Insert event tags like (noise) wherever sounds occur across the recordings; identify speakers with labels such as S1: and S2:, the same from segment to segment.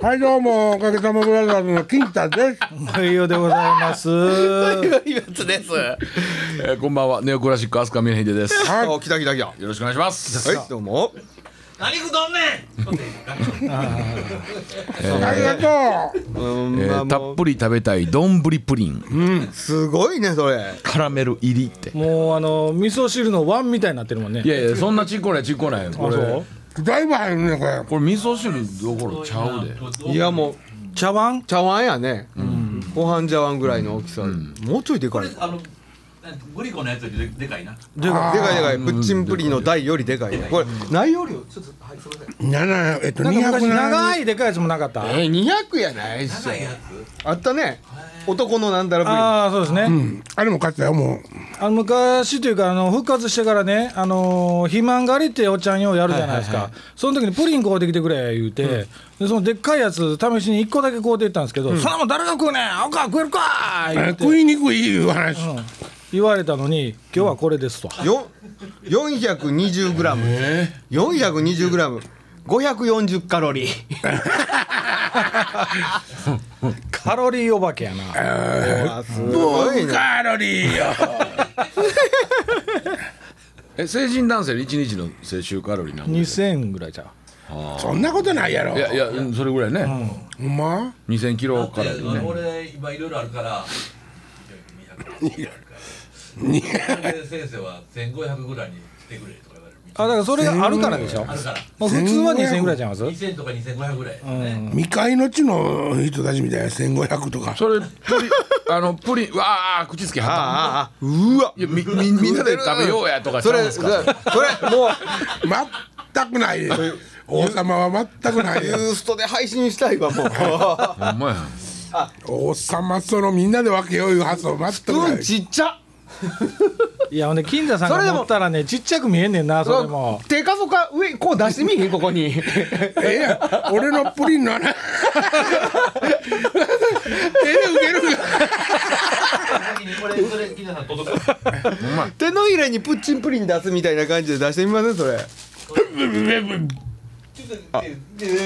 S1: はいどうもおかげさまブラザーズの金太です。
S2: はいよでございます。は
S3: というやつです。
S4: えーこんばんはネオクラシック飛鳥峰秀です。よ
S1: はい
S3: お、来た来た来た。
S4: ろしくお願いします。
S3: はい、どうも。
S5: 何食うとんね
S1: ありがとう。
S3: うん、
S4: えー
S3: まあ
S4: た
S3: も
S4: っ
S3: う
S4: ぷり食べたいどんぶりプリン
S3: すごいね、それ。
S4: カラメル入りって。
S2: もうあの味噌汁の碗みたいになってるもんね
S4: い。やいやそんなちっこないちっこないこ
S2: あそ
S4: れ
S2: う。
S1: だいぶ入るねこれ。
S4: これ味噌汁どころちゃうで。
S5: ん
S3: いや、もう
S2: 茶碗
S3: 茶碗やね。ご飯茶碗ぐらいの大きさ。もうちょいでかい。で
S5: あのグリコのやつよりででかいな
S3: かい、でかい、でかい、プッチンプリンの台よりでかいね。これ、内容量、ちょっと、はい、すみません。
S1: 七えっと
S2: なん
S1: 二
S2: か
S1: 百
S2: 昔
S1: 七
S2: 長いでかいやつもなかった。
S3: え、二百やないっすよ
S5: 高いや
S3: あったね。男のなんだらプリン。あ
S2: ああそうですね。
S1: あれも買ったよもう。
S2: あの昔というかあの復活してからねあのー肥満がりっておっちゃんようやるじゃないですか。その時にプリン買うてきてくれ言うて、でそのでっかいやつ試しに一個だけ買うていったんですけど、そんなもん誰が食うねん。おか食えるか
S1: あれ
S2: 言って
S1: 食いにくいいう話。
S2: 言われたのに今日はこれですと。
S3: よ、四百二十グラム。四百二十グラム。五百四十カロリー。
S2: カロリーお化けやな。
S3: (laughs) うわすごいね。
S1: カロリーよ。
S4: え成人男性の一日の摂取カロリーなんぼ
S2: 2000ぐらいじゃう。
S1: そんなことないやろ
S4: い。やいやうんそれぐらいね。
S1: ほんま。
S4: 2000キ
S5: だ
S4: ロ
S5: って
S4: カロリーね。
S5: 俺今いろいろあるから
S1: に
S5: 先生は1500ぐらいにしてくれとか言われる
S2: あだからそれがあるからでしょ。
S5: あるから
S2: まあ、普通は2000ぐらいちゃいます
S5: 2000とか2500ぐらい、ね
S1: 未開の地の人たちみたいな千五百とか。
S4: それプリンあのプリンうわあ口つけ
S3: あ
S4: はっ
S3: あ、ああ、うわ
S4: た。いやみみみんなで食べようやとかち
S3: そ
S4: ゃうん
S3: れ、
S4: で
S3: そ
S4: す
S3: れ、
S4: か。
S3: もう。
S1: 全くない。王様は全くない
S3: ユ。ーストで配信したいわもう
S4: ほんまや。
S1: 王様そのみんなで分けよういう発想全くな
S3: (laughs) うん
S1: い。
S3: ちっちゃ
S2: いやほんで金田さんが持ったらねちっちゃく見えんねんなそれも
S3: 手かそか上こう出してみ (laughs) ひんここに
S1: ええやん俺のプリンの話ええウケる
S5: これそれ金田さん届く
S3: 手のひらにプッチンプリン出すみたいな感じで出してみませんそれ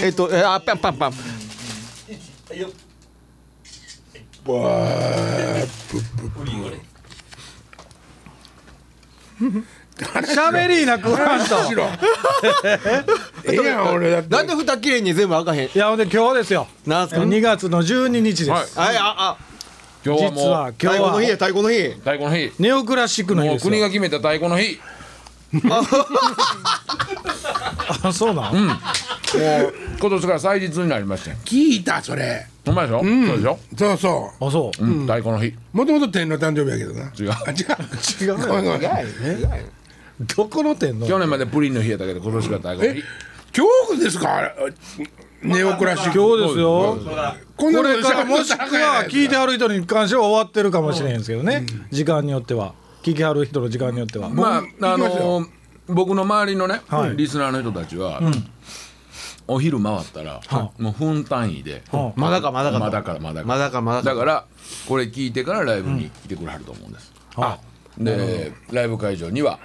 S3: えっとえあパンパンパン
S2: しゃべりーなくわんと
S1: しろええやん俺だって
S3: なんで蓋きれいに全部開かへん
S2: いやほんで今日ですよ
S3: なんすか
S2: 2月の12日です、
S4: はい
S3: はいああ
S4: 今日は
S2: 実
S4: も
S2: は
S4: う
S3: 太
S2: 今日
S3: 鼓の日や
S2: は
S3: 太鼓の日
S4: 太鼓の日。
S2: ネオクラシックの日
S4: もう
S2: です
S4: 国
S2: よ
S4: が決めた太鼓の日。
S2: あそうなん、うん、
S4: もう今年から祭日になりましたよ。
S1: 聞いたそれ
S4: ほんまでしょ。そうでしょ。
S1: そうそ
S2: あそう、
S4: うん太鼓の日。
S1: うもともと天の誕生日やけどな
S4: 違う
S1: あ違う違うごめんごめん
S2: どこの点の
S4: 去年までプリンの日やったけど今年から大学
S1: え恐怖ですかあれネオクラシック
S2: 今日ですよ
S1: こんなこ
S2: これ
S1: とし
S2: か
S1: たら
S2: らもしくは聞いてはる人に関しては終わってるかもしれへんですけどね、時間によっては聞きはる人の時間によっては、
S4: まああ
S1: 行きます
S4: の
S1: よ
S4: ー僕の周りのね、
S2: はい
S4: リスナーの人たちは、お昼回ったら、もう分単位で、
S2: うん
S3: まだかまだか
S4: まだからまだか
S3: まだかまだ
S4: だ
S3: か
S4: からこれ聞いてからライブに来てくれはると思うんです、
S2: あ
S4: でライブ会場には、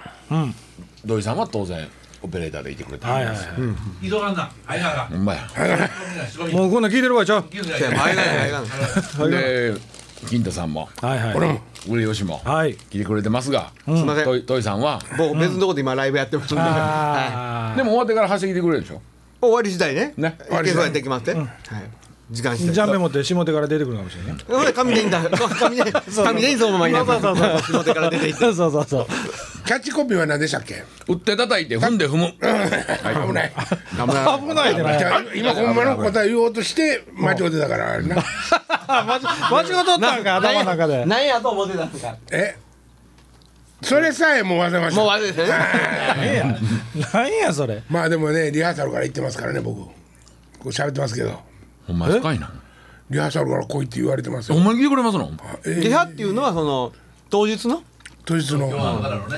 S4: 土井さんは当然オペレーターでいてくれた
S2: は
S4: ん
S2: いは
S4: で
S2: い
S4: す、
S5: 急がんなはいはいは
S4: ほんまや
S5: い仕込み
S2: もうこんなん聞いてる場合ちゃう
S5: 急ぐ
S3: いや
S5: や
S3: 前がない前がない
S4: で金太さんも
S2: はいはい
S1: 俺も
S4: 上吉も、
S2: はい
S4: 来てくれてますが、
S3: すいません
S4: 土井土井さんは
S3: 僕別のとこで今ライブやってますんではい
S2: あー
S4: でも終わってから走ってきてくれるでしょ
S3: 終わり次第ね
S4: ね
S3: いけそうやってきますねはい時間次
S2: ジャ
S3: 第
S2: ンベ持って下手から出てくるかもしれないね
S3: ほんで紙でいいんだ紙で紙でいい (laughs) そのままいな
S2: そうそうそう
S3: 仕事から出ていって
S2: そうそうそうそう
S1: キャッチコピーは何でしたっけ
S4: 打って叩いて踏んで踏む
S1: 危ない
S3: 危ない
S2: 危ない
S1: じ
S2: でね
S1: ゃあ今ほんまの答え言おうとして間違ってたからあれな
S2: 間違間違っとったんか頭の中で
S3: 何やと思ってたんですか
S1: えそれさえもう忘れました
S3: もう悪いですよね
S2: なんやそれ
S1: まあでもねリハーサルから行ってますからね僕こう喋ってますけど
S4: ほんま深いな
S1: リハーサルから来いって言われてます
S4: ほ
S1: よ
S4: んまに来てくれますの
S3: リハっていうのはその当日の
S1: 当日の、
S5: まあだ
S1: は
S5: からの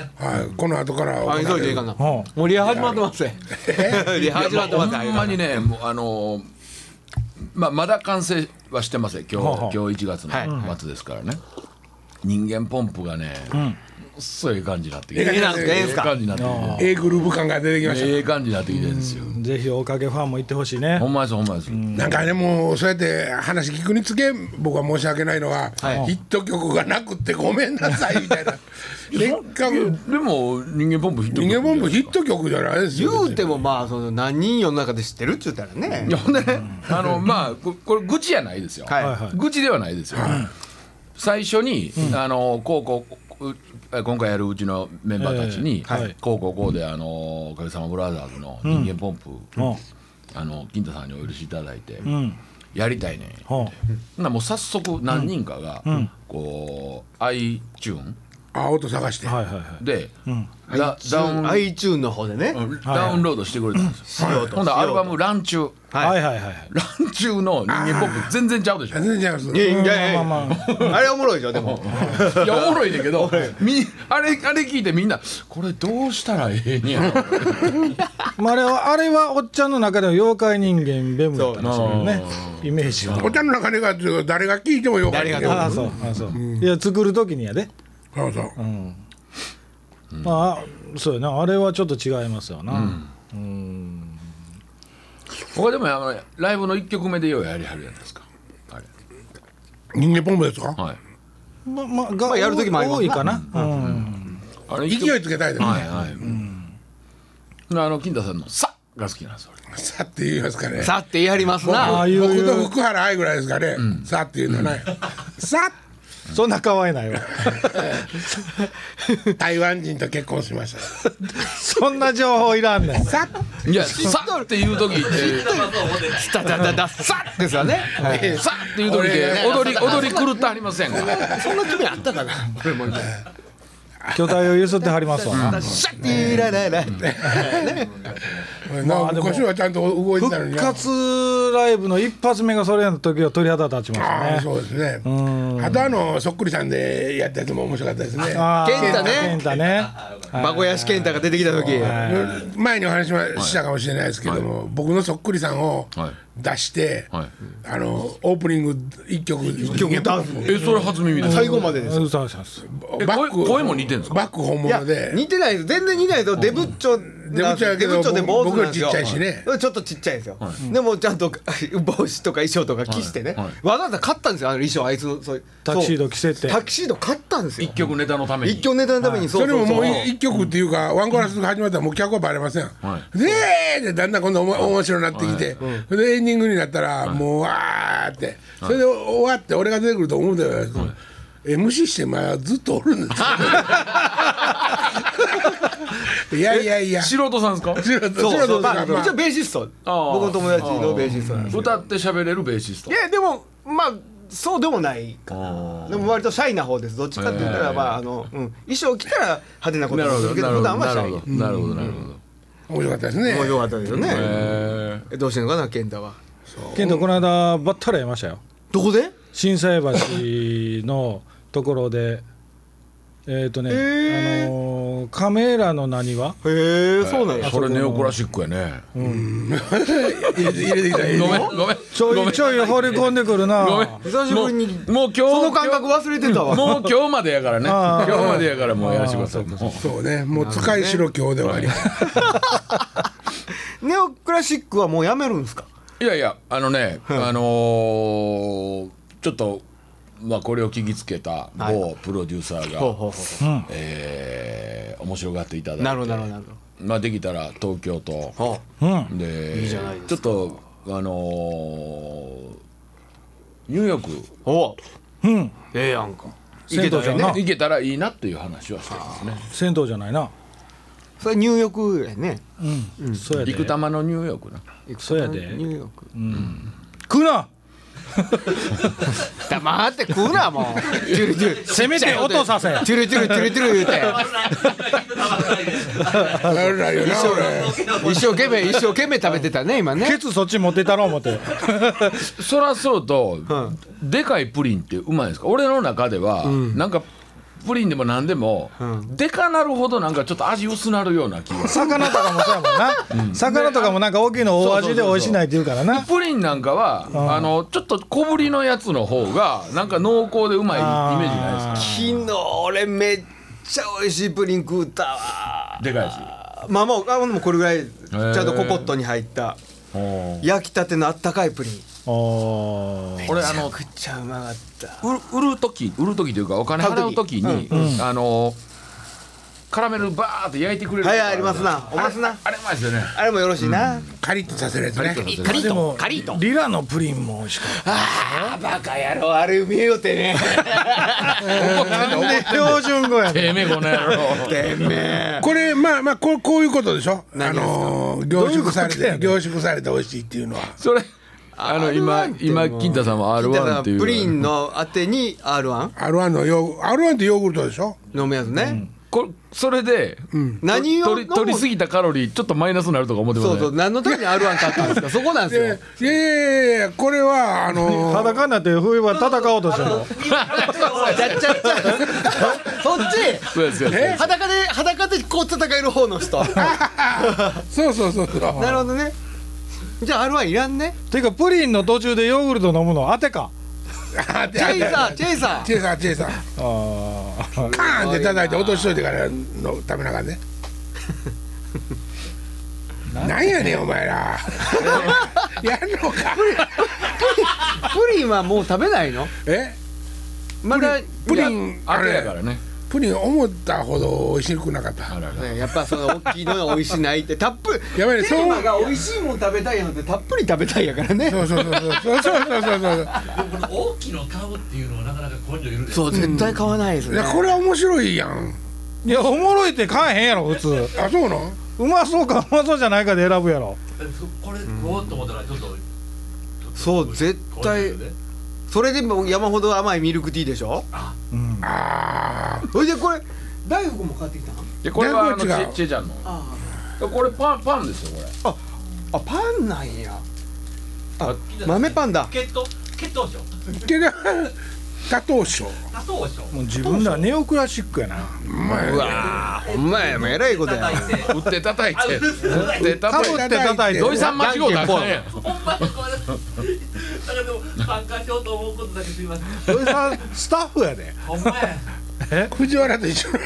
S5: ね
S1: い、この後から
S3: あ急いでいいかなも
S2: ほ
S3: うリハ始まってますねリハ始まって
S4: ほ
S3: ま
S4: ん
S3: すね
S4: まにねもうあのーまあまだ完成はしてません今日
S2: はあ
S4: 今日1月の末ですからね人間ポンプがねそういう感じになってき
S1: え
S4: て
S1: え
S3: いいなんすかええん
S4: え
S3: す
S4: え
S3: か
S4: 感じになってき
S1: ええグループ感が出てきま
S4: てえ
S1: し
S4: え感じになってきてるんですよ
S2: ぜひおかげファンも行ってほしいね
S4: ほんまですほんまです
S1: たなんかねもうそうやって話聞くにつけ僕は申し訳ないのは、ヒット曲がなくってごめんなさいみたいなせっか
S4: いや
S1: く
S4: でも人間ポンプヒット
S1: 人間ボンブヒ
S4: ッ
S1: ット曲じゃないです
S3: 言
S1: よ
S3: うてもまあその何人世の中で知ってるっちゅうたらね
S4: いやほんでねあのまあここれ愚痴じゃないですよ
S3: はい
S2: はいはい
S4: 愚痴ではないですよ、最初に、あのこうこううえ今回やるうちのメンバーたちに、
S2: ええはい
S4: こうこうこうであのおかげさまブラザーズの人間ポンプ、
S2: うん
S4: あの金太さんにお許しいただいて、
S2: うん
S4: やりたいねん
S2: ほう
S4: ほんならもう早速何人かが、こう iTune
S1: あ音探して、
S2: はいはいはい
S4: で、ダダウン
S3: iTune の方でね
S4: ダウンロードしてくれたんですよ、
S3: しようと
S4: ほんならアルバ
S3: しよ
S4: ム「ランチュ
S3: はい
S2: はいはいはい
S4: ランチュの人間ポンプ全然ちゃうでしょ
S1: 全然ちゃいます
S3: うといやいやいや
S2: まあまあ
S3: あれおもろいでしょでも
S4: いやおもろいねんけどみあれあれ聞いてみんなこれどうしたらええんやろ
S2: まああれはあれはおっちゃんの中での妖怪人間ベムだったんですけどねイメージは
S1: お茶の中でが誰が聞いてもよかった
S3: 誰
S2: あ
S3: が
S2: あそうああそういや作る時にやで
S1: そうそう、
S2: まあそうやなあれはちょっと違いますよな
S4: 他でもあのライブの1曲目でようやりはるじゃないですかあれ
S1: 人間ポンプですか、
S4: はい
S2: まあまあが
S3: まあやる時もあります
S2: 多
S3: ない
S2: かなうん
S4: あれ一曲
S1: 勢いつけたいですね、
S4: はいはい、うん、あの金田さんの「さ」が好きなんです俺
S1: さって言いますかね
S3: さってやります
S2: あ
S3: な
S2: あいう
S1: 僕と福原愛ぐらいですかね、さっていうのはねさ
S2: そんな可愛いないわ
S1: 台湾人と結婚しました
S2: そんな情報いらんねん
S1: さ
S4: いや「さ」っていう時って
S3: スタタタタさですよね
S4: 「さ」っていう時って踊り踊り狂ってはりませんか
S3: そんな気分あったかな俺も
S2: 巨体を揺すってはりますわな
S3: シャッてラララ
S1: なんか腰はちゃんと動いてたのに
S2: 復活ライブの一発目がそれの時は鳥肌立ちました
S1: ああ
S2: ね
S1: そうですねあとあのそっくりさんでやったやつも面白かったですね
S2: ああ
S3: 健太ね
S2: 健太ね
S3: 孫屋敷健太が出てきた時
S1: 前にお話しましたかもしれないですけども、僕のそっくりさんを
S4: はい
S1: 出して、
S4: はい
S1: あのオープニング一曲一
S3: 曲ダンス
S4: えそれ初耳です
S3: 最後までです
S2: うんそうそうそう
S4: え
S1: バ
S4: 声
S1: ック
S4: 声も似てんですか
S1: バック本
S3: いや
S1: 物で
S3: 似てないです全然似てないですよデブッチョ
S1: デブ
S3: な
S1: ッチョやけど
S3: デブッチョで坊主なんですよ
S1: 僕よりちっちゃいしね
S3: はいちょっとちっちゃいんですよ、でもちゃんと (laughs) 帽子とか衣装とか着してね、
S4: はいはい
S3: わざわざ買ったんですよあの衣装あいつのそういう
S2: タキシー
S3: そ
S2: ド
S3: う
S2: 着せて
S3: タキシード買ったんですよ
S4: 一曲ネタのために
S3: 一挙ネタのために、そ
S1: それももう
S3: そ
S1: 一曲っていうか、ワンコーラスが始まったらもう客はバレません。
S4: は
S1: でーってだんだん今度おも面白になってきて、それでエンディングになったら、もうわーって、それで終わって俺が出てくると思うんだよ。え無視してまあずっとおるんですよ。いやいやいや。
S4: 素人さんですか
S1: 白と
S3: そう
S1: 白
S3: そ
S1: と
S3: うまあ、
S1: まあ
S3: 一応ベーシスト
S4: あー
S3: 僕の友達のベーシストなんですよ
S4: 歌って喋れるベーシスト
S3: いやでもまあそうでもないかなでも割とシャイな方ですどっちかって言ったら、
S4: へー
S3: まああの、うん、衣装着たら派手なこ
S4: な
S3: と
S4: る
S3: を
S4: ほ
S3: す
S4: ど
S3: るけ
S4: なる
S3: ど
S4: ほど
S3: 普段は
S4: な
S3: シ
S4: る
S3: ャイ
S4: ほどなるほどなるほど
S1: 面白かったですね。
S3: 面白かったですよね、
S4: へ
S3: えどうしてんのかな健太は
S2: 健太この間ばったら会いましたよ
S3: どこで
S2: 心斎橋のところでえっとね、
S3: えー
S2: あのーカメラの何は
S3: へえ、そうなん
S4: え
S3: や。
S4: それネオクラシックやね
S1: 入れて入れてきた入れて
S4: ご
S1: き
S4: めん
S1: た。
S4: ごめん
S2: ちょいちょい放り込んでくるな
S4: ごめん
S3: 久しぶりに
S4: もうもう今日
S3: その感覚
S4: 今
S3: 忘れてた
S4: 日
S3: わ。
S4: もう今日までやからね
S2: あ
S4: 今
S2: ー
S4: 日までやからもうやらせてくださいもう
S1: そうね、もう使いしろ今日で終わり。
S3: ネオクラシックはもうやめるんですか。
S4: いやいやあのねあのーちょっとまあこれを聞きつけた某プロデューサーが
S3: うほうほ
S4: えー面白がっていた
S3: うなる
S4: だい
S3: ほど、
S4: て
S3: なるほど、なるほ
S4: まあできたら東京と
S3: ど。ほ
S4: で
S3: じゃないですか
S4: ちょっとあのーニューヨーク
S3: う。おう。
S2: うん
S3: ええやんか。
S2: 銭湯じゃ
S4: ね
S2: な
S4: 行けたらいいなっていう話はしてますね
S2: 銭湯じゃないな
S3: それ入浴やね。
S2: そうやで
S4: 陸玉のニューヨークな
S2: そうやで
S3: 入浴。
S2: 食うな
S3: 黙って食うなもう。チュルチュル。
S2: せめて音させ
S3: チュルチュルチュルチュル言うて。
S1: なるなるよな。俺
S3: 一生懸命一生懸命食べてたね今ね。 (laughs)
S2: ケツそっち持ってたろ思って
S4: そらそうと、でかいプリンってうまいですか俺の中では、なんかプリンでも何でも、でかなるほどなんかちょっと味薄なるような気がす
S2: 魚とかもそうやもんな魚とかもなんか大きいの大味で美味しないって言うから
S4: る
S2: な
S4: プリンなんかは、あのちょっと小ぶりのやつの方がなんか濃厚でうまいイメージないですか
S3: 昨日俺めっちゃ美味しいプリン食うたわ
S4: でかいし
S3: まあもうあほんでもこれぐらいち
S4: ー
S3: ゃんとココットに入った
S4: うん
S3: 焼きたてのあったかいプリン
S4: 俺あの
S3: めちゃうまかった
S4: 売る売る時売る時というかお金払う時にあのカラメルバーって焼いてくれる
S3: はいありますなおますな
S4: あれあれうまいですよね
S3: あれもよろしいな、
S1: カリッとさせるやつね
S4: カ
S2: でもリラのプリンも美味しかった
S3: あバカ野郎あれうめえよっ
S2: (laughs)
S3: てね標準語や
S4: てめえこの野郎
S3: てめえ
S1: これまあまあこうこういうことでしょあ
S3: 何ですか
S1: のー凝縮されて凝縮されて美味しいっていうのは
S4: (laughs) それあの今今金太さんは R1 っていう
S3: プリンのあてに R1
S1: R1 のヨーグ R1 ってヨーグルトでしょ
S3: 飲むやつね、
S4: こそれで
S3: 何を
S4: 取り取りす
S3: ぎ
S4: ぎたカロリーちょっとマイナスになるとか思ってま
S3: そ
S4: す
S3: うそう
S4: ね
S3: 何のために R1 買ったんですかそこなん
S1: (laughs)
S3: ですよ
S1: いやいやいやいやこれはあのー
S3: (laughs)
S2: 裸になって冬は戦おうとしてるの
S3: ちゃっちゃっちゃそっち
S4: そうですよね
S3: 裸で裸でこう戦える方の人な
S1: そうそうそうそう
S3: るほどねじゃあ R1 いらんね
S2: ていうかプリンの途中でヨーグルト飲むの当てか
S1: あで
S3: チェイサ
S1: あ
S3: ー
S1: で
S3: チェイサ
S1: チェイサーチェイサー
S2: あー
S1: カーンって叩いて落としといてからの食べなあかんね
S3: (laughs)
S1: なんやねんお前ら (laughs) やんの
S3: (laughs)
S1: か
S3: ープリンはもう食べないの
S1: え
S3: まだ
S1: プリンあ
S4: あれ
S1: れ
S4: やからね
S1: プリン思ったほど美味しくなかった
S4: あらら
S3: ねやっぱその大きいのが美味しいないってたっぷり
S1: やばいね
S3: テーマ
S1: そう
S3: が美味しいもん食べたいのってたっぷり食べたいやからね
S1: そうそうそうそうそうそうそうそう
S5: この大きいの買うっていうのはなかなか根性いるで
S3: そう絶対買わないです
S1: い
S3: ね
S1: やこれは面白いやん
S2: いやおもろいって買えへんやろ普通
S1: あそうなん
S2: うまそうかうまそうじゃないかで選ぶやろ
S5: これ食おうと思ったらちょっと
S3: そう絶対
S5: 根性いるね
S3: それでも山ほど甘いミルクティーでしょ
S1: あ
S3: それでこれ大福も買ってきたの
S4: でこれはあの
S1: 全
S4: ち
S1: 然違う
S4: ちえちゃんのこれパンパンですよこれ
S3: あパンなんやあ豆パンだ
S5: 血糖血糖症
S1: あけど (laughs) 多糖症
S5: 多糖症
S2: もう自分らネオクラシックやな
S1: うまいう
S4: わ
S3: お前もうえらいことや
S5: 叩い
S3: な
S5: て
S4: ー打って叩いて打って
S2: か
S4: 叩い
S2: ぶ
S4: て
S2: って叩いて
S4: 土井さん間違うたらあかんやん
S5: ほんまにこれだからでも参加しようと思うことだけすいません
S2: 土井 (laughs) さんスタッフやで
S5: ほんまや
S1: 藤原と一緒ね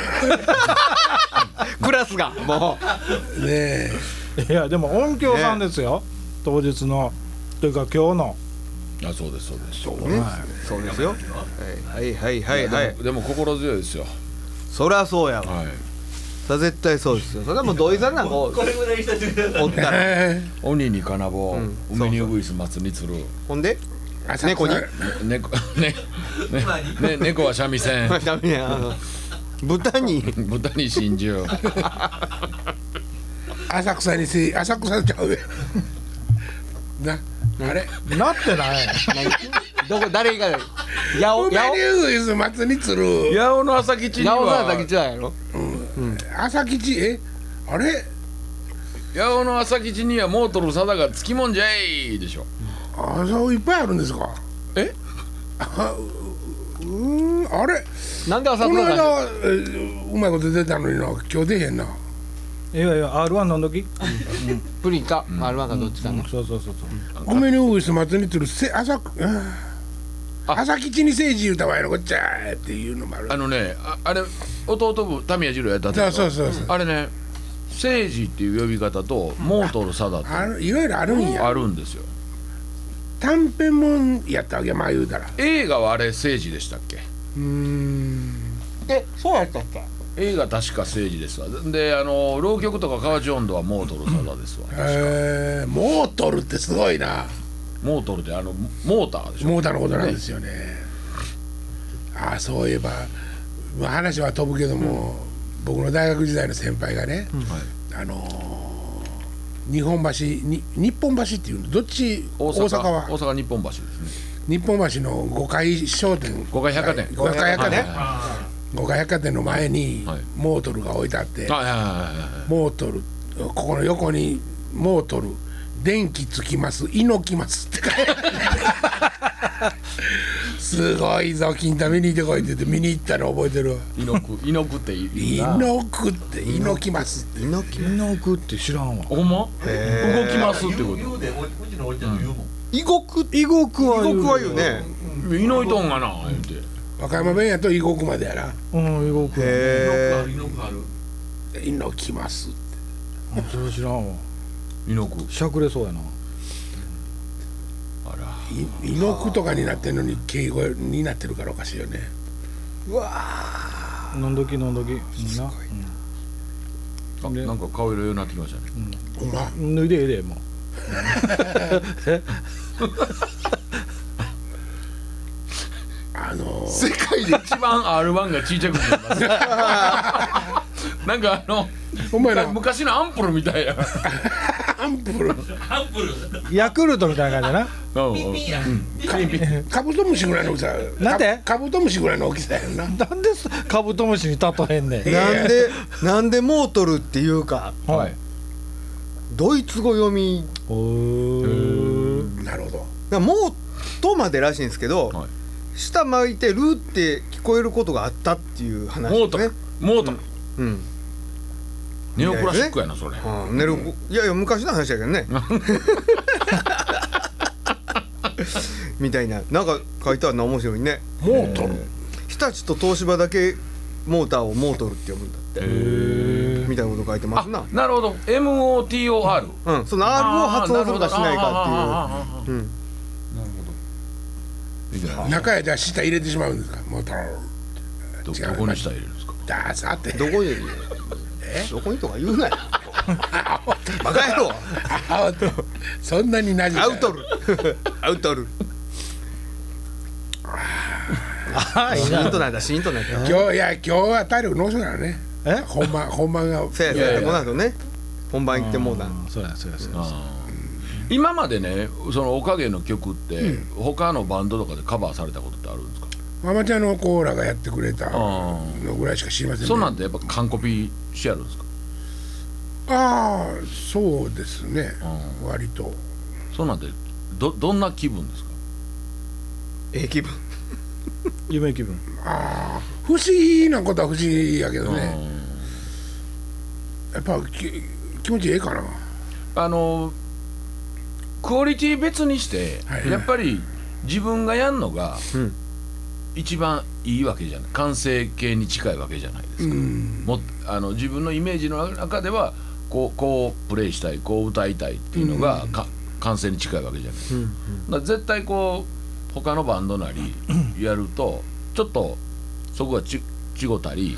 S3: クラスがも
S1: え
S2: いやでも音響さんですよ、当日のというか今日の
S4: あそうですそうです
S3: うねそうですよはいはいはいはいはい
S4: でも心強いですよ
S3: そりゃそうやわ
S4: はい
S3: そりゃ絶対そうですよそれはもう土井さんなんかお
S5: これぐらい久しぶりだ
S3: おったら
S1: え
S4: 鬼に金棒梅にウグイス松に鶴
S3: ほんで
S1: あ
S3: 猫に
S4: 猫ねねね猫は三味
S1: (laughs)
S4: 線
S3: (laughs) ダメやあの豚に
S4: 豚に真
S1: (laughs)
S4: 珠
S1: 浅草にせい浅草ちゃうで (laughs) なあれ
S2: なって (laughs) ない
S3: どこ誰がやお
S1: 梅
S3: や
S1: ニューイズ松に鶴
S4: 八尾の朝吉
S3: お
S4: に
S3: やおさん
S4: は
S3: だけじゃやろ
S1: 朝吉えあれ
S4: 八尾の朝吉にはモートル定がつきもんじゃいでしょ
S1: あそういっぱいあるんですか
S4: え
S1: あ (laughs) ううーんあれ
S3: なんで朝
S1: この
S3: 倉さん
S1: 間えーうまいこと出たのにな今日出へんない
S2: やいや R1 飲んどき、
S3: プリンかアルマかどっちかね
S2: そうそうそうそう
S1: 梅にウグイス松に鶴せ朝あ朝吉に政治言うたわやろこっちゃーっていうのもある
S4: あのねああれ弟分田宮二郎やったでし
S1: そ
S4: ょ
S1: うそうそうそう
S4: あれね政治っていう呼び方とモートル定って
S1: あのいろいろあるんや
S4: あるんですよ
S1: 短編もんやったわけやまあ言うたら
S4: 映画はあれ政治でしたっけ
S3: えそうやったっけ
S4: 映画確か政治ですわであの浪曲とか河内音頭はモートル定ですわ
S1: えー、モートルってすごいな
S4: モートルってあのモーターでしょ
S1: モーターのことなんですよねああそういえば、まあ、話は飛ぶけども、僕の大学時代の先輩がね、あのー日本橋に日本橋っていうのどっち大阪は
S4: 大阪日本橋ですね
S1: 日本橋の5階商店
S4: 五階百貨店
S1: 五階百貨
S4: はい
S1: 店
S4: はいは
S1: 五階百貨店の前に
S4: はい
S1: モートルが置いてあって、
S4: いはいはいはい
S1: モートルここの横にモートル電気つきます猪きますって書いてあるすごいぞ金太見に行ってこいって言って見に行ったの覚えてるわ
S4: 猪く猪くっていいな
S1: 猪くって猪きますって
S3: 猪木
S2: みんな送って知らんわ
S4: ほんま動きますってこ
S5: 言うでおうちのおじちゃんも言うもん
S3: 異国
S2: 異国は
S3: 異国は言うね
S4: と猪いとんがな言うて
S1: 和歌山弁やと異国までやな
S2: うん動く
S3: へえ
S5: イノクある
S1: 「猪木ます」
S2: それ知らんわ
S4: イノク
S2: しゃくれそうやな
S1: い猪木とかになってるのに敬語になってるからおかしいよね
S2: 飲んどき飲んどきいいな
S4: あなんか顔色ようになってきましたね
S1: ほんま
S2: うん脱いでええでもう
S1: あのー
S4: 世界で一番 R1 が小さく見え
S3: (laughs)
S4: ますなんかあの
S1: ほんまやな
S4: 昔のアンプルみたい
S3: (laughs)
S4: や
S1: アンプル
S5: アンプル
S2: ヤクルトみたいな感じやな
S4: うん
S5: ピンピンや
S1: カブトムシぐらいの大きさ
S2: なんて
S1: カカブトムシぐらいの大きさやんな
S2: なんでそカブトムシに例えんねん
S3: なんでなんでモートルっていうか
S4: はい
S3: ドイツ語読み
S2: おー
S1: なるほど
S3: だからモートまでらしいんですけど、
S4: はい
S3: 下巻いてるって聞こえることがあったっていう話
S4: モー
S3: です
S4: ト
S3: ね
S4: モート
S3: うん、
S4: ネオクラシックやなそれ
S3: うん寝るいやいや昔の話だけどね (laughs) みたいななんか書いてあるの面白いね
S1: モートル
S3: 日立と東芝だけモーターをモートルって呼ぶんだってみたいなこと書いてますな
S4: なるほど MOTOR
S3: うん、その R を発音するかしないかっていう、うん、
S4: いいじゃない
S1: 中へじゃあ舌入れてしまうんですかモートル
S4: ど
S1: 違う
S4: どこにしたら入れるんですか
S1: ださて
S3: どこにどこにとか言うなよバカ野郎
S1: アウトそんなに馴染みない
S3: アウト (laughs) ルアウトルあーシーンとないだシーンとないだ
S1: 今日いや今日は体力のせなのね
S2: え
S1: 本番本番が
S3: せや
S4: いやい
S3: せ
S4: や
S3: やこの後ね本番行ってもうな
S2: そうやそうやそうや
S4: 今までねそのおかげの曲って他のバンドとかでカバーされたことってあるんですか
S1: ママちゃんのコーラがやってくれた
S4: あ
S1: のぐらいしか知りませんね
S4: そんなんてやっぱ完コピしてやるんですか
S1: ああそうですね割と
S4: そんなんてどどんな気分ですか
S3: ええ気分
S2: 夢気分
S1: 不思議なことは不思議やけど
S4: う
S1: ね
S4: ん
S1: やっぱき気持ちええかな
S4: あのクオリティ別にして、
S1: はい
S4: やっぱり自分がやるのが
S3: ん
S4: 一番いいわけじゃない完成形に近いわけじゃないですか、もっあの自分のイメージの中ではこうこうプレイしたいこう歌いたいっていうのが、か完成に近いわけじゃないですか,、絶対こう他のバンドな (clears throat) りやるとちょっとそこがちちごたり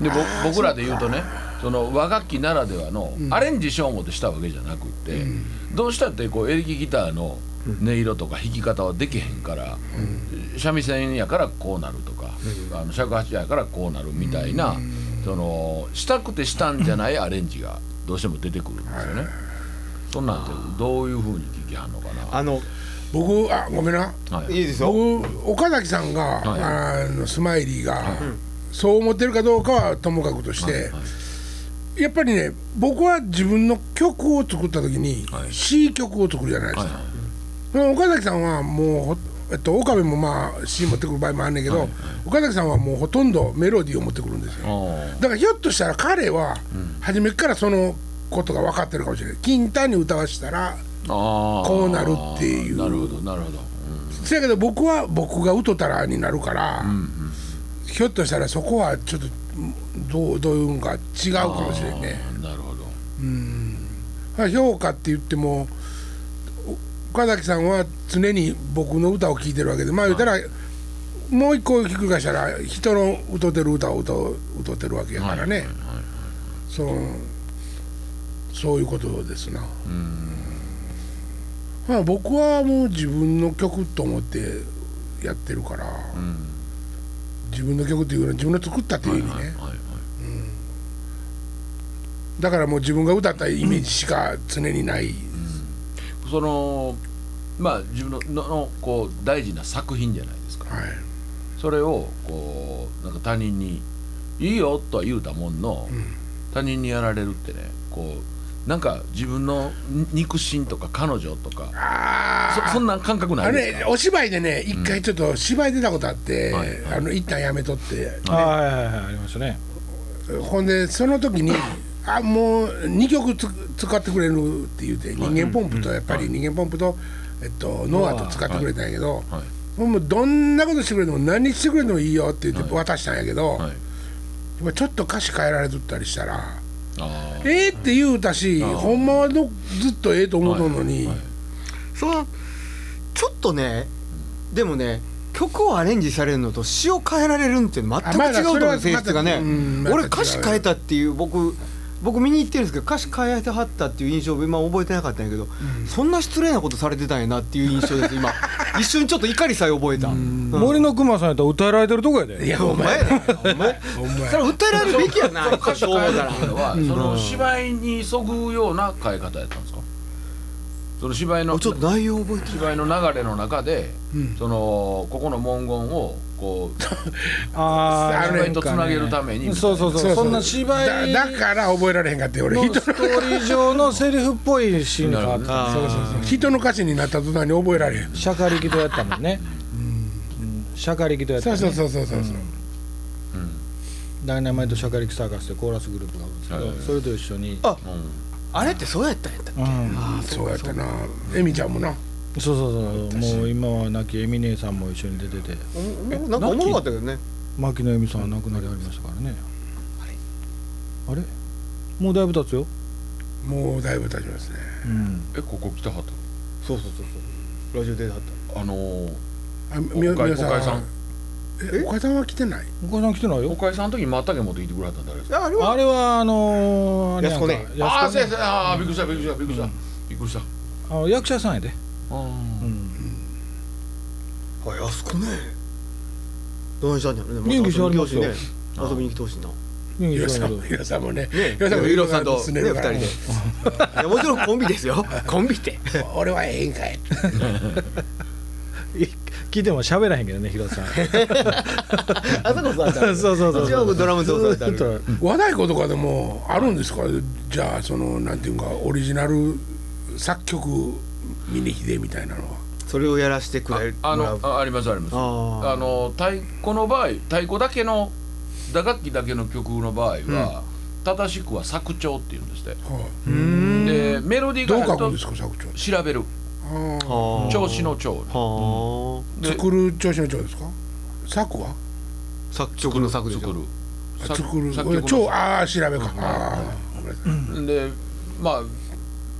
S4: でぼ僕らで言うとねその和楽器ならではのアレンジしようもってしたわけじゃなくって、どうしたってこうエレキギターの音色とか弾き方はできへんから、三味線やからこうなるとか、あの尺八やからこうなるみたいな、そのしたくてしたんじゃないアレンジがどうしても出てくるんですよね。そんなんてどういうふうに聞きはんのか
S3: あの
S1: 僕あごめんな
S4: な。はい
S3: いですよ
S1: 僕岡崎さんが、
S4: はい
S1: あのスマイリーが、そう思ってるかどうかはともかくとして、やっぱりね僕は自分の曲を作った時に、
S4: はい
S1: C 曲を作るじゃないですか、
S4: はい
S1: でも岡崎さんはもうほ、えっと、岡部もまあ C 持ってくる場合もあんねんけど、岡崎さんはもうほとんどメロディーを持ってくるんですよ
S4: あ
S1: だからひょっとしたら彼は初めからそのことが分かってるかもしれない金太に歌わしたら
S4: あ
S1: こうなるっていう
S4: なるほどなるほど、
S1: せやけど僕は僕がウトタラになるから、ひょっとしたらそこはちょっとどうどういうんか違うかもしれんね。
S4: うんなるほど
S1: 評価って言っても岡崎さんは常に僕の歌を聴いてるわけでまあ言うたら、もう一個ひっくり返したら人の歌ってる歌を歌う歌ってるわけやからね、そのそういうことですな。まあ、僕はもう自分の曲と思ってやってるから、自分の曲っていうのは自分の作ったっていう意味ね、
S4: はいはい
S1: だからもう自分が歌ったイメージしか常にない、
S4: そのまあ自分のののこう大事な作品じゃないですか
S1: はい
S4: それをこうなんか他人に「いいよ」とは言うたもんの、他人にやられるってねこうなんか自分の肉親とか彼女とか
S1: あー
S4: そそんな感覚な
S1: あ
S4: い
S1: れ
S4: です
S1: ね
S4: か
S1: お芝居でね一回ちょっと芝居出たことあって、
S4: はい
S1: あの一旦やめとって、
S2: はいはいはいありましたね
S1: ほんでその時に「あもう2曲つ使ってくれる」って言うて人間ポンプとやっぱり人間ポンプと、えっと、ノアと使ってくれたんやけど、
S4: はい
S1: もうもうどんなことしてくれても何してくれてもいいよって言って渡したんやけど、
S4: はい
S1: やっぱちょっと歌詞変えられとったりしたら
S4: あ
S1: ええって言うたしほんまはどずっとええと思うとんのに、
S4: はいはい
S3: そのちょっとねでもね曲をアレンジされるのと詞を変えられるんって全く
S1: あまあ
S3: 違うと
S1: それ
S3: 思
S1: は
S3: う性質
S1: ま
S3: がね
S1: たうんまた違う
S3: 俺歌詞変えたっていう僕僕見に行ってるんですけど歌詞変えてはったっていう印象を今覚えてなかったんやけど、そんな失礼なことされてたんやなっていう印象です今一瞬ちょっと怒りさえ覚えた、うん
S2: 森の熊さんやったら歌えられてるとこや
S1: い
S2: で
S1: やお
S3: お前
S1: 前
S3: やねお前
S1: お前
S3: それ訴えられるべきやな
S4: 歌詞
S3: そ
S4: を
S3: う思
S4: 変え
S3: っ
S4: る
S3: た
S4: っ
S3: ら
S4: ていうのは、その芝居にそぐような変え方やったんですかその芝居の
S3: ちょっと内容覚えてる
S4: 芝居の流れの中で、そのここの文言をこう
S2: あ
S1: あ
S2: ー
S1: れ
S4: 芝居とつなげるためにみたいな
S2: そうそうそう
S1: そうそう
S2: そんな芝
S1: だ
S2: 居
S1: だから覚えられへんかって俺
S2: の
S1: 人
S2: ストーリー上のセリフっぽいシーンがあっ
S4: な
S2: た
S3: そうそう
S1: 人の歌詞になった途端に覚えられへん
S2: シャカリキとやったもんねうんシャカリキとやった
S1: そ
S2: ね
S1: うそうそうそうそうそう
S2: ダイナマイトシャカリキサーカスでコーラスグループがあるんですけ
S4: はい
S2: ど
S4: はい
S2: それと一緒に
S3: ああれってそうやったんやった
S2: うん
S1: そうやったなエミちゃんもな
S2: そうそうそうもう今は亡きエミネさんも一緒に出てて
S3: おもなんかおもろかったけどね
S2: 牧野由美さんは亡くなりはりましたからねあれもうだいぶ経つよ
S1: もうだいぶ経ちますね
S2: うん
S4: えここ来たはっ
S3: そうそうそうそうラジオ出てはった
S4: あのー、
S1: あみ
S4: おかい
S1: 皆
S4: おかいさん
S1: えおかいさんは来てない
S2: お母さん来てない
S4: お
S2: よ
S4: かいさんの時にまたげ持ってきてくれはったんだけど
S3: あれは
S2: あれはあのー、
S3: やすこね
S2: あれやんか
S4: ああ
S2: やすこ
S4: 先生ああびっくりしたびっくりしたびっくりしたびっくりした
S2: あの役者さんやで
S4: あー
S3: あ安子ねどないしたんやろね
S2: 元気してはりますよ
S3: ね遊びに来てほしいなね
S2: ミ
S1: ヒ
S2: ュー
S1: ロ
S2: ジシ
S1: さ
S2: ャ
S1: ん
S2: ン
S1: も
S2: の
S1: ヒロさんもね
S3: え
S1: ヒロさんも
S3: ヒロさんと
S1: 住ん
S3: ね
S1: でる
S3: 二
S1: から
S3: 人でいやもちろんコンビで
S2: (laughs)
S3: すよコンビって
S1: お俺はええんかい
S2: い聞いても喋らへんけどねヒロ (laughs) さん
S3: あそこ座ってあ
S2: そう
S3: る
S2: そうそう
S3: 一応ドラムと座って
S2: ず
S3: あ
S2: ーっ
S3: る
S2: と
S1: 和太鼓とかでもあるんですかじゃあそのなんていうかオリジナル作曲峰秀みたいなのは
S3: それをやらせてくれる
S4: あのあありますあります
S3: あー
S4: あの太鼓の場合太鼓だけの打楽器だけの曲の場合は、正しくは作調っていうんですって
S1: はい
S4: でメロディー
S1: どう
S4: が
S1: 書
S4: 入
S1: くん
S4: る
S1: ですか作長
S4: と調べる
S1: あ
S3: は
S4: 調子の調
S3: あは
S1: あ
S4: で
S1: 作る調子の長ですか作は
S3: あ作曲の作詞
S4: 作る
S1: あ
S4: 作
S1: 作る
S4: 作曲の
S1: 超ああ調べかああごめんなさい
S4: でまあ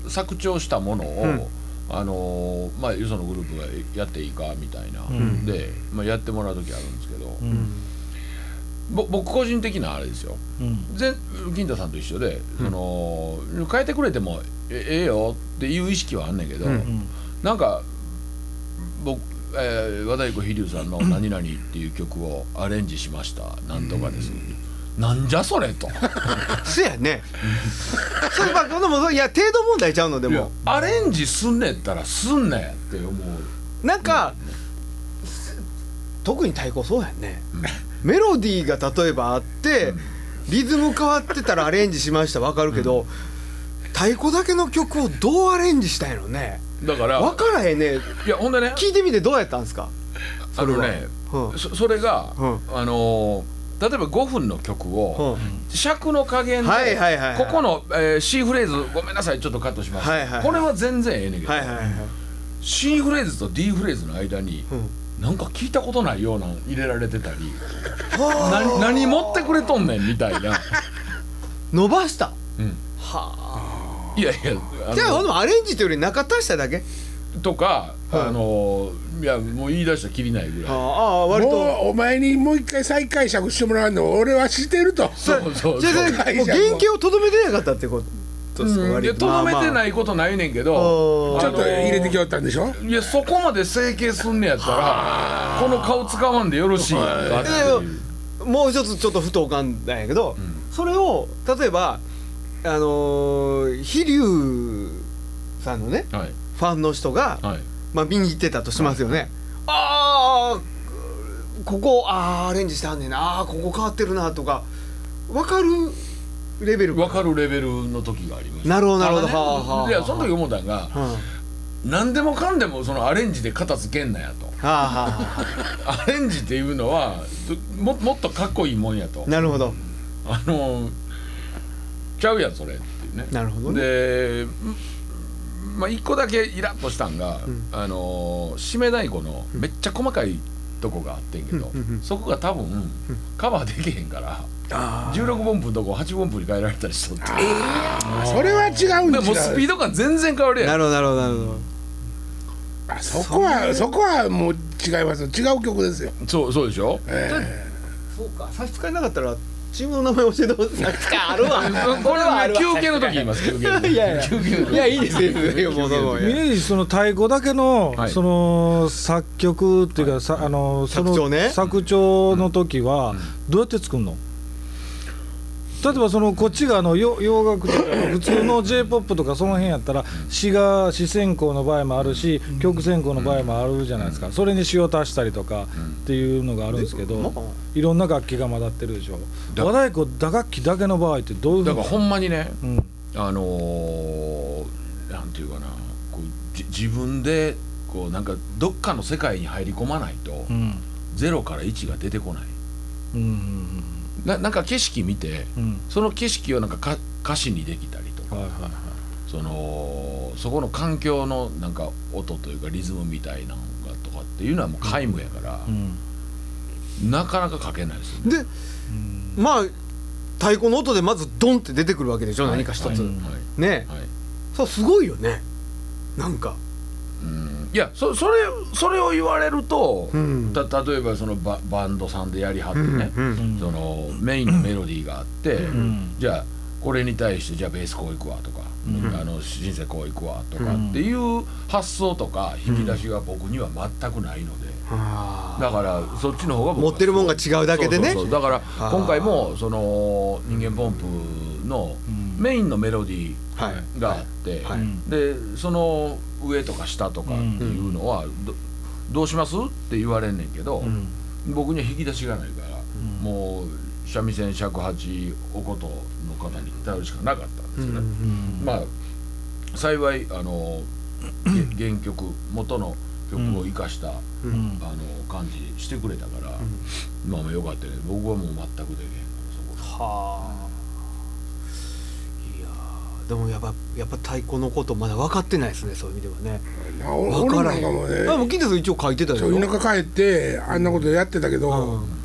S4: 作調したものを、あのーまあよそのグループがやっていいかみたいな、で、まあ、やってもらう時あるんですけど、ぼ僕個人的なあれですよ、全銀太さんと一緒で、その変えてくれてもえええよっていう意識はあんねんけど、なんか僕、えー和太鼓飛龍さんの「何々」っていう曲をアレンジしました「なんとかです」なんじゃそれと。
S3: そうやねそればっかでもいや程度問題ちゃうので
S4: いや
S3: も
S4: アレンジすんねやったらすんねって思う
S3: なんか特に太鼓そうやんねメロディーが例えばあってリズム変わってたらアレンジしましたわかるけど太鼓だけの曲をどうアレンジしたんやろね
S4: だから
S3: わからへんね
S4: いやほんでね
S3: 聞いてみてどうやったんですか
S4: あのね
S3: うん
S4: そそれが、
S3: うん
S4: あのー例えば5分の曲を、尺の加減で、
S3: はいはいはいはい
S4: ここの、えー C フレーズごめんなさいちょっとカットします、
S3: はいはいはい
S4: これは全然ええねんけど、
S3: はいはいはい
S4: C フレーズと D フレーズの間に、なんか聞いたことないようなの入れられてたり何何持ってくれとんねんみたいな
S3: (laughs) 伸ばした
S4: いやいやあの
S3: じゃあほんのアレンジというより中足しただけ
S4: とか、あのーいやもう言い出したらきりないぐらい
S3: あ。あ割
S1: も
S3: と
S1: うお前にもう一回再解釈してもらうの俺は知ってると
S4: そうそう
S3: じ
S4: そ
S3: ゃあ
S4: う。
S3: じゃあ
S1: 解釈
S3: も
S1: を
S3: う原型をとどめてなかったってことですか
S4: いや
S3: 割
S4: とどめてないことないねんけど、
S3: あー
S1: ちょっと入れてきよったんでしょ
S4: いやそこまで整形すんねやったらこの顔使わんでよろしいかっていう
S3: もう一つちょっとふと浮かんだんやけど、それを例えばあのー飛龍さんのね
S4: はい
S3: ファンの人が、
S4: はい
S3: まあ、見に行ってたとしますよね、ああここああアレンジしてはんねんなあーここ変わってるなとか分かるレベル
S4: 分かるレベルの時がありました
S3: なるほどなるほど
S4: あ
S3: はあはあはあ
S4: いやその時思ったんが
S3: うんは
S4: 何でもかんでもそのアレンジで片付けんなやと
S3: あはあは
S4: アレンジっていうのはももっとかっこいいもんやと
S3: あなるほど
S4: あのちゃうやんそれっていうね
S3: なるほどね
S4: でまあ、一個だけイラッとしたんが、あのー締め太鼓のめっちゃ細かいとこがあってんけど、
S3: うんうんうん
S4: そこが多分カバーできへんから、
S1: あ
S4: 16分のとこ8分に変えられたりしとって
S1: あそれは違うん
S4: でもう
S1: 違う
S4: スピード感全然変わるや
S3: なんるほどなるほどなるほど
S1: あそこはそこはもう違いますよ違う曲ですよ
S4: そうそうでしょ
S3: そうか差し支えなかったらチームの名前教えてもらって差し支えあるわ
S4: これはね休憩の時言います休憩の時
S3: いやいや
S4: 休憩の時
S3: いやいいですよいいですよもうそこ
S2: 峰岸その太鼓だけの、
S4: はい
S2: その作曲っていうか、さあのその
S3: 作調ね
S2: 作調の時はどうやって作るの、例えばそのこっちがあのよ洋楽
S4: (laughs)
S2: とか普通の j p o p とかその辺やったら詩が詩選考の場合もあるし曲選考の場合もあるじゃないですかそれに詩を足したりとかっていうのがあるんですけ
S3: まあ
S2: どいろんな楽器が混ざってるでしょ
S4: だ
S2: 和太鼓打楽器だけの場合ってどういうふう
S4: だ
S2: に
S4: からほんまにね
S2: うん
S4: あのーなんていうかなこうじ自分でこうなんかどっかの世界に入り込まないと、
S2: うん
S4: ゼロから1が出てこない
S2: うんうん
S4: ななんか景色見て
S2: うん
S4: その景色をなんかか歌詞にできたりとか
S2: はいはいはい
S4: そのそこの環境のなんか音というかリズムみたいなのがとかっていうのはもう皆無やから、
S2: うん
S4: なかなか書けないですよね。
S3: でまあ太鼓の音でまずドンって出てくるわけでしょ何か一
S4: はい
S3: つ
S4: はい
S3: ね
S4: はい
S3: そうすごいよねなんか
S4: うんいやそそれそれを言われると、
S3: うん
S4: た例えばそのババンドさんでやりはってね、
S3: うんうん
S4: そのメインのメロディーがあって、
S2: ん
S4: じゃあこれに対してじゃあベースこういくわとか、あの人生こういくわとかっていう発想とか引き出しが僕には全くないので、
S3: あ
S4: だからそっちの方が僕は
S3: 持ってるもんが違うだけでね
S4: そうそうそうだから
S3: あー
S4: 今回もその人間ポンプのメインのメロディ
S3: ーはい
S4: ーがあって、
S3: はい
S4: でその上とか下とかっていうのはどどうしますって言われんねんけど、僕には引き出しがないから、もう三味線尺八お琴の方に頼るしかなかったんですよね。まあ幸いあのげ原曲元の曲を生かした、
S2: うん
S4: あの感じしてくれたから、まあまあよかったよね僕はもう全くできへんからそこ
S3: はあいやーでもやっぱやっぱ太鼓のことまだ分かってないですねそういう意味ではね
S1: あお
S3: 分
S1: 俺
S3: から
S1: なんかも
S3: あも
S1: ね
S3: う金田さん一応書いてたでし
S1: そ
S3: ょ
S1: う田舎帰ってあんなことやってたけど、
S3: うん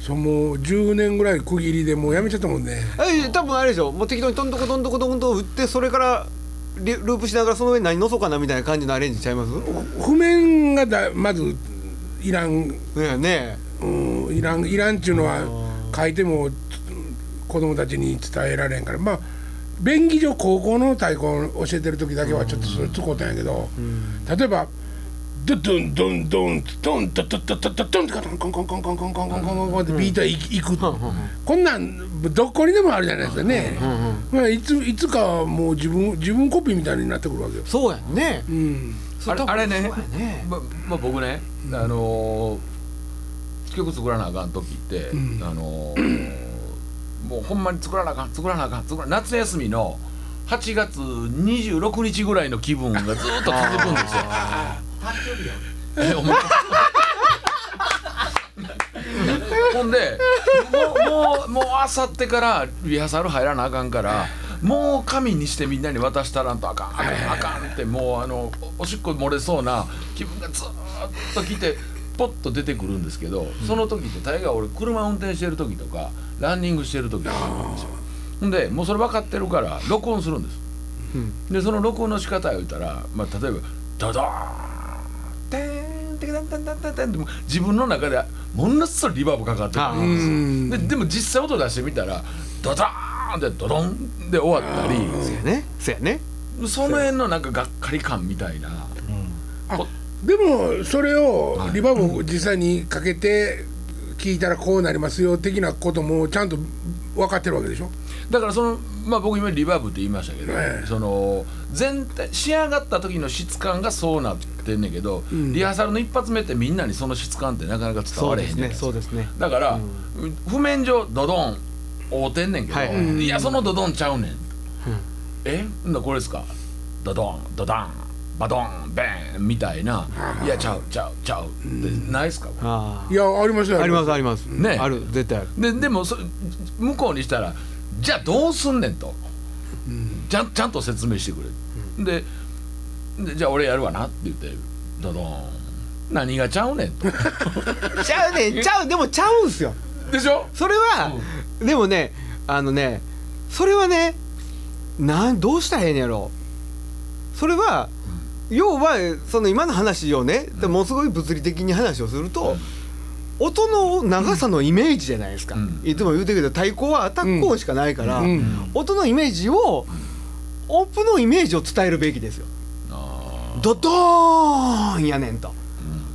S1: そうもう10年ぐらい区切りでもうやめちゃったもんね
S3: え多分あれでしょもう適当にトントコトントコトンと打ってそれからリループしながらその上に何のそうかなみたいな感じのアレンジちゃいます
S1: 譜面がだまずいらん、
S3: ねえね
S1: うん、いらんいらんっちゅうのは書いても子供たちに伝えられんからまあ便宜上高校の太鼓を教えてる時だけはちょっとそれつこうたんやけど、例えば「ドドンドンドンドンドドドドドドン」ってコンコンコンコンコンコンコンコンコンコンってビートがいいく、こんなんどこにでもあるじゃないですかね、まあ、いついつかはもう自分自分コピーみたいになってくるわけよ
S3: え。そうやんね
S1: うん
S3: そ多分
S4: あれあれね
S3: そうやね
S4: ままあ僕ね、あのー曲作らなあかん時って、あのーもうほんまに作らなあかん作らなあかん作らな夏休みの8月26日ぐらいの気分がずっと続くんですよ。え (laughs) お前ほんでもうもうもうあさってからリハーサル入らなあかんからもう紙にしてみんなに渡したらんとあかんあかんあかんってもうあのおおしっこ漏れそうな気分がずーっときてポッと出てくるんですけどその時って大概俺車運転してる時とかランニングしてる時とかなんですよ。ほんでもうそれ分かってるから録音するんです。でその録音の仕方を言ったら、まあ、例えば「ドドーン!」「テーンテケテンテンテンテンテン」でも自分の中でものすごいリバーブかかって
S3: あ
S4: る
S3: ー
S1: うん
S4: ででも実際音出してみたら「ドドーン!」でドドンで終わった
S3: そう
S4: り
S3: やねそうやね
S4: その辺のなんかがっかり感みたいな
S1: あ
S4: こ
S1: でもそれをリバーブを実際にかけて聞いたらこうなりますよ的なこともちゃんと分かってるわけでしょ
S4: だからその、まあ、僕今リバーブって言いましたけど、
S1: ええ
S4: その全体仕上がった時の質感がそうなってんねんけど、リハーサルの一発目ってみんなにその質感ってなかなか伝
S3: そ
S4: わ
S3: う
S4: れへ
S3: で
S4: ん
S3: す
S4: ねん
S3: ねそうですね
S4: だから、譜面上ドドン合うてんねんけど、
S3: はい
S4: いやそのドドンちゃうねん、えんなこれですかドドンドダンバドンベンみたいないやちゃうちゃうちゃうってないっすか、こ
S3: あ
S1: いやありますよ
S3: あありますすあります
S4: ね
S3: ある絶対ある
S4: れででもそ向こうにしたらじゃあどうすんねんと、ちゃんちゃんと説明してくれ、ででじゃあ俺やるわなって言ってドドーン何がちゃうねんと
S3: ちゃうねんちゃうでもちゃうんすよ
S4: (laughs) でしょ
S3: それは、でもねあのねそれはねなんどうしたらええんやろそれは、要はその今の話をね、でものすごい物理的に話をすると、音の長さのイメージじゃないですか、
S4: うん
S3: いつも言うてるけど太鼓はアタック音しかないから、
S1: うん
S3: 音のイメージをオープンのイメージを伝えるべきですよ。
S4: あ
S3: ドドーンやねんと、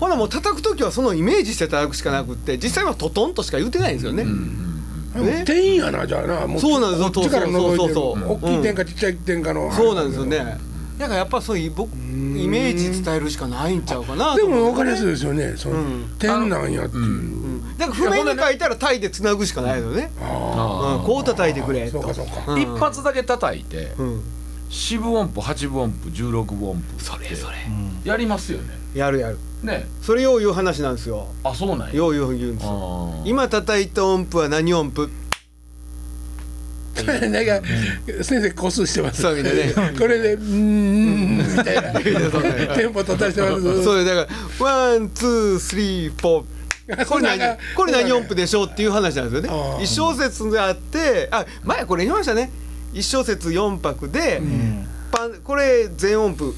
S3: ほなもう叩く時はそのイメージして叩くしかなくって実際はトトンとしか言ってないんですよね、ね
S1: 店員やなじゃあなも
S3: そうなんですよ
S1: こっちから覗いてる
S3: そうそうそうそう
S1: 大きい点かちっちゃい点かの
S3: そうなんですよねだからやっぱそういう僕イメージ伝えるしかないんちゃうかな
S1: で
S3: と思
S1: も分
S3: う
S1: かりやすいですよねその
S3: ん
S1: 点なんやっていう
S3: うんだから譜面に書いたらタイでつなぐしかないのね、
S4: あ
S3: うん、こう叩いてくれ
S1: そう
S3: と
S1: かそうか
S3: うん
S4: 一発だけ叩いて
S3: うん
S4: 四分音符八分音符十六分音符それそれやりますよね
S3: やるやる
S4: ね
S3: それよう言う話なんですよ
S4: あそうなんや
S3: よう言うんですよ
S4: あー
S3: 今叩いた音符は何音符
S1: (laughs) なんか先生個数してます
S3: そうみたいな
S1: これでうーんみたいな
S3: (laughs)
S1: テンポ叩いてます
S3: そうだからワンツースリーフォー (laughs) これ何これ何音符でしょうっていう話なんですよ
S1: あ
S3: ね
S1: あ
S3: 一小節があってあ前これ言いましたね一小節4拍で、パンこれ全音符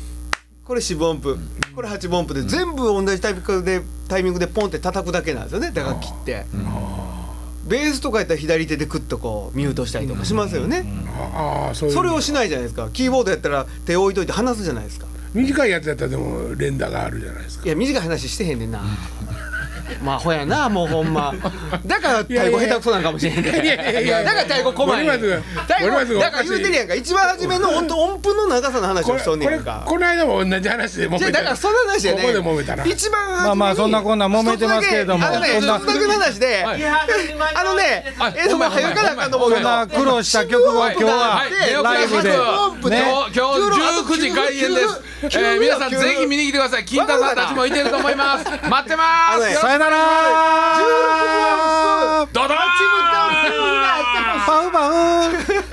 S3: これ四分音符これ八分音符で全部同じタイミングでタイミングでポンって叩くだけなんですよね打楽器ってベースとかやったら左手でクッとこうミュートしたりとかしますよね
S1: ああそういう
S3: それをしないじゃないですかキーボードやったら手を置いといて離すじゃないですか
S1: 短いやつやったらでも連打があるじゃないですか
S3: いや短い話してへんねんなまあほやなもうほんまだから太
S1: いやい
S3: 鼓
S1: やいや
S3: 下手くそなんかもしれんね
S1: いやいやいや
S3: だから太鼓こまんねん
S1: 森
S3: 太
S1: 松が森松
S3: 鼓
S1: が
S3: だから言うてるやんか一番初めの音音符の長さの話
S1: こ
S3: を
S1: れ
S3: しとんね
S1: こ
S3: や
S1: れ
S3: ん
S1: こ
S3: か
S1: の間も同じ話で揉め
S3: じ
S1: た
S3: ゃあだからその話じゃ
S1: こ
S3: ね
S1: こで揉めたな
S3: 一番初めに
S2: まあまあそんなこんな揉めてますけれども
S3: 一つだけあのね
S2: そんな
S3: 一つだけの話で、
S4: はい
S3: あのね
S4: はい
S3: えそのはよかなあかんと思うけ
S2: そん
S3: ど
S2: な苦労した曲を今日は
S4: はい、ラ
S2: ラ
S4: イ
S2: イ
S4: ブ
S2: ブ
S4: で
S2: で
S4: 今日
S2: ね
S4: 今日19時開演です、えー、皆さんぜひ見に来てください金太さんたちもいてると思います待ってま
S3: あの
S4: す
S3: ね
S4: よ
S2: さよなら
S4: ドドーン
S2: パフパフ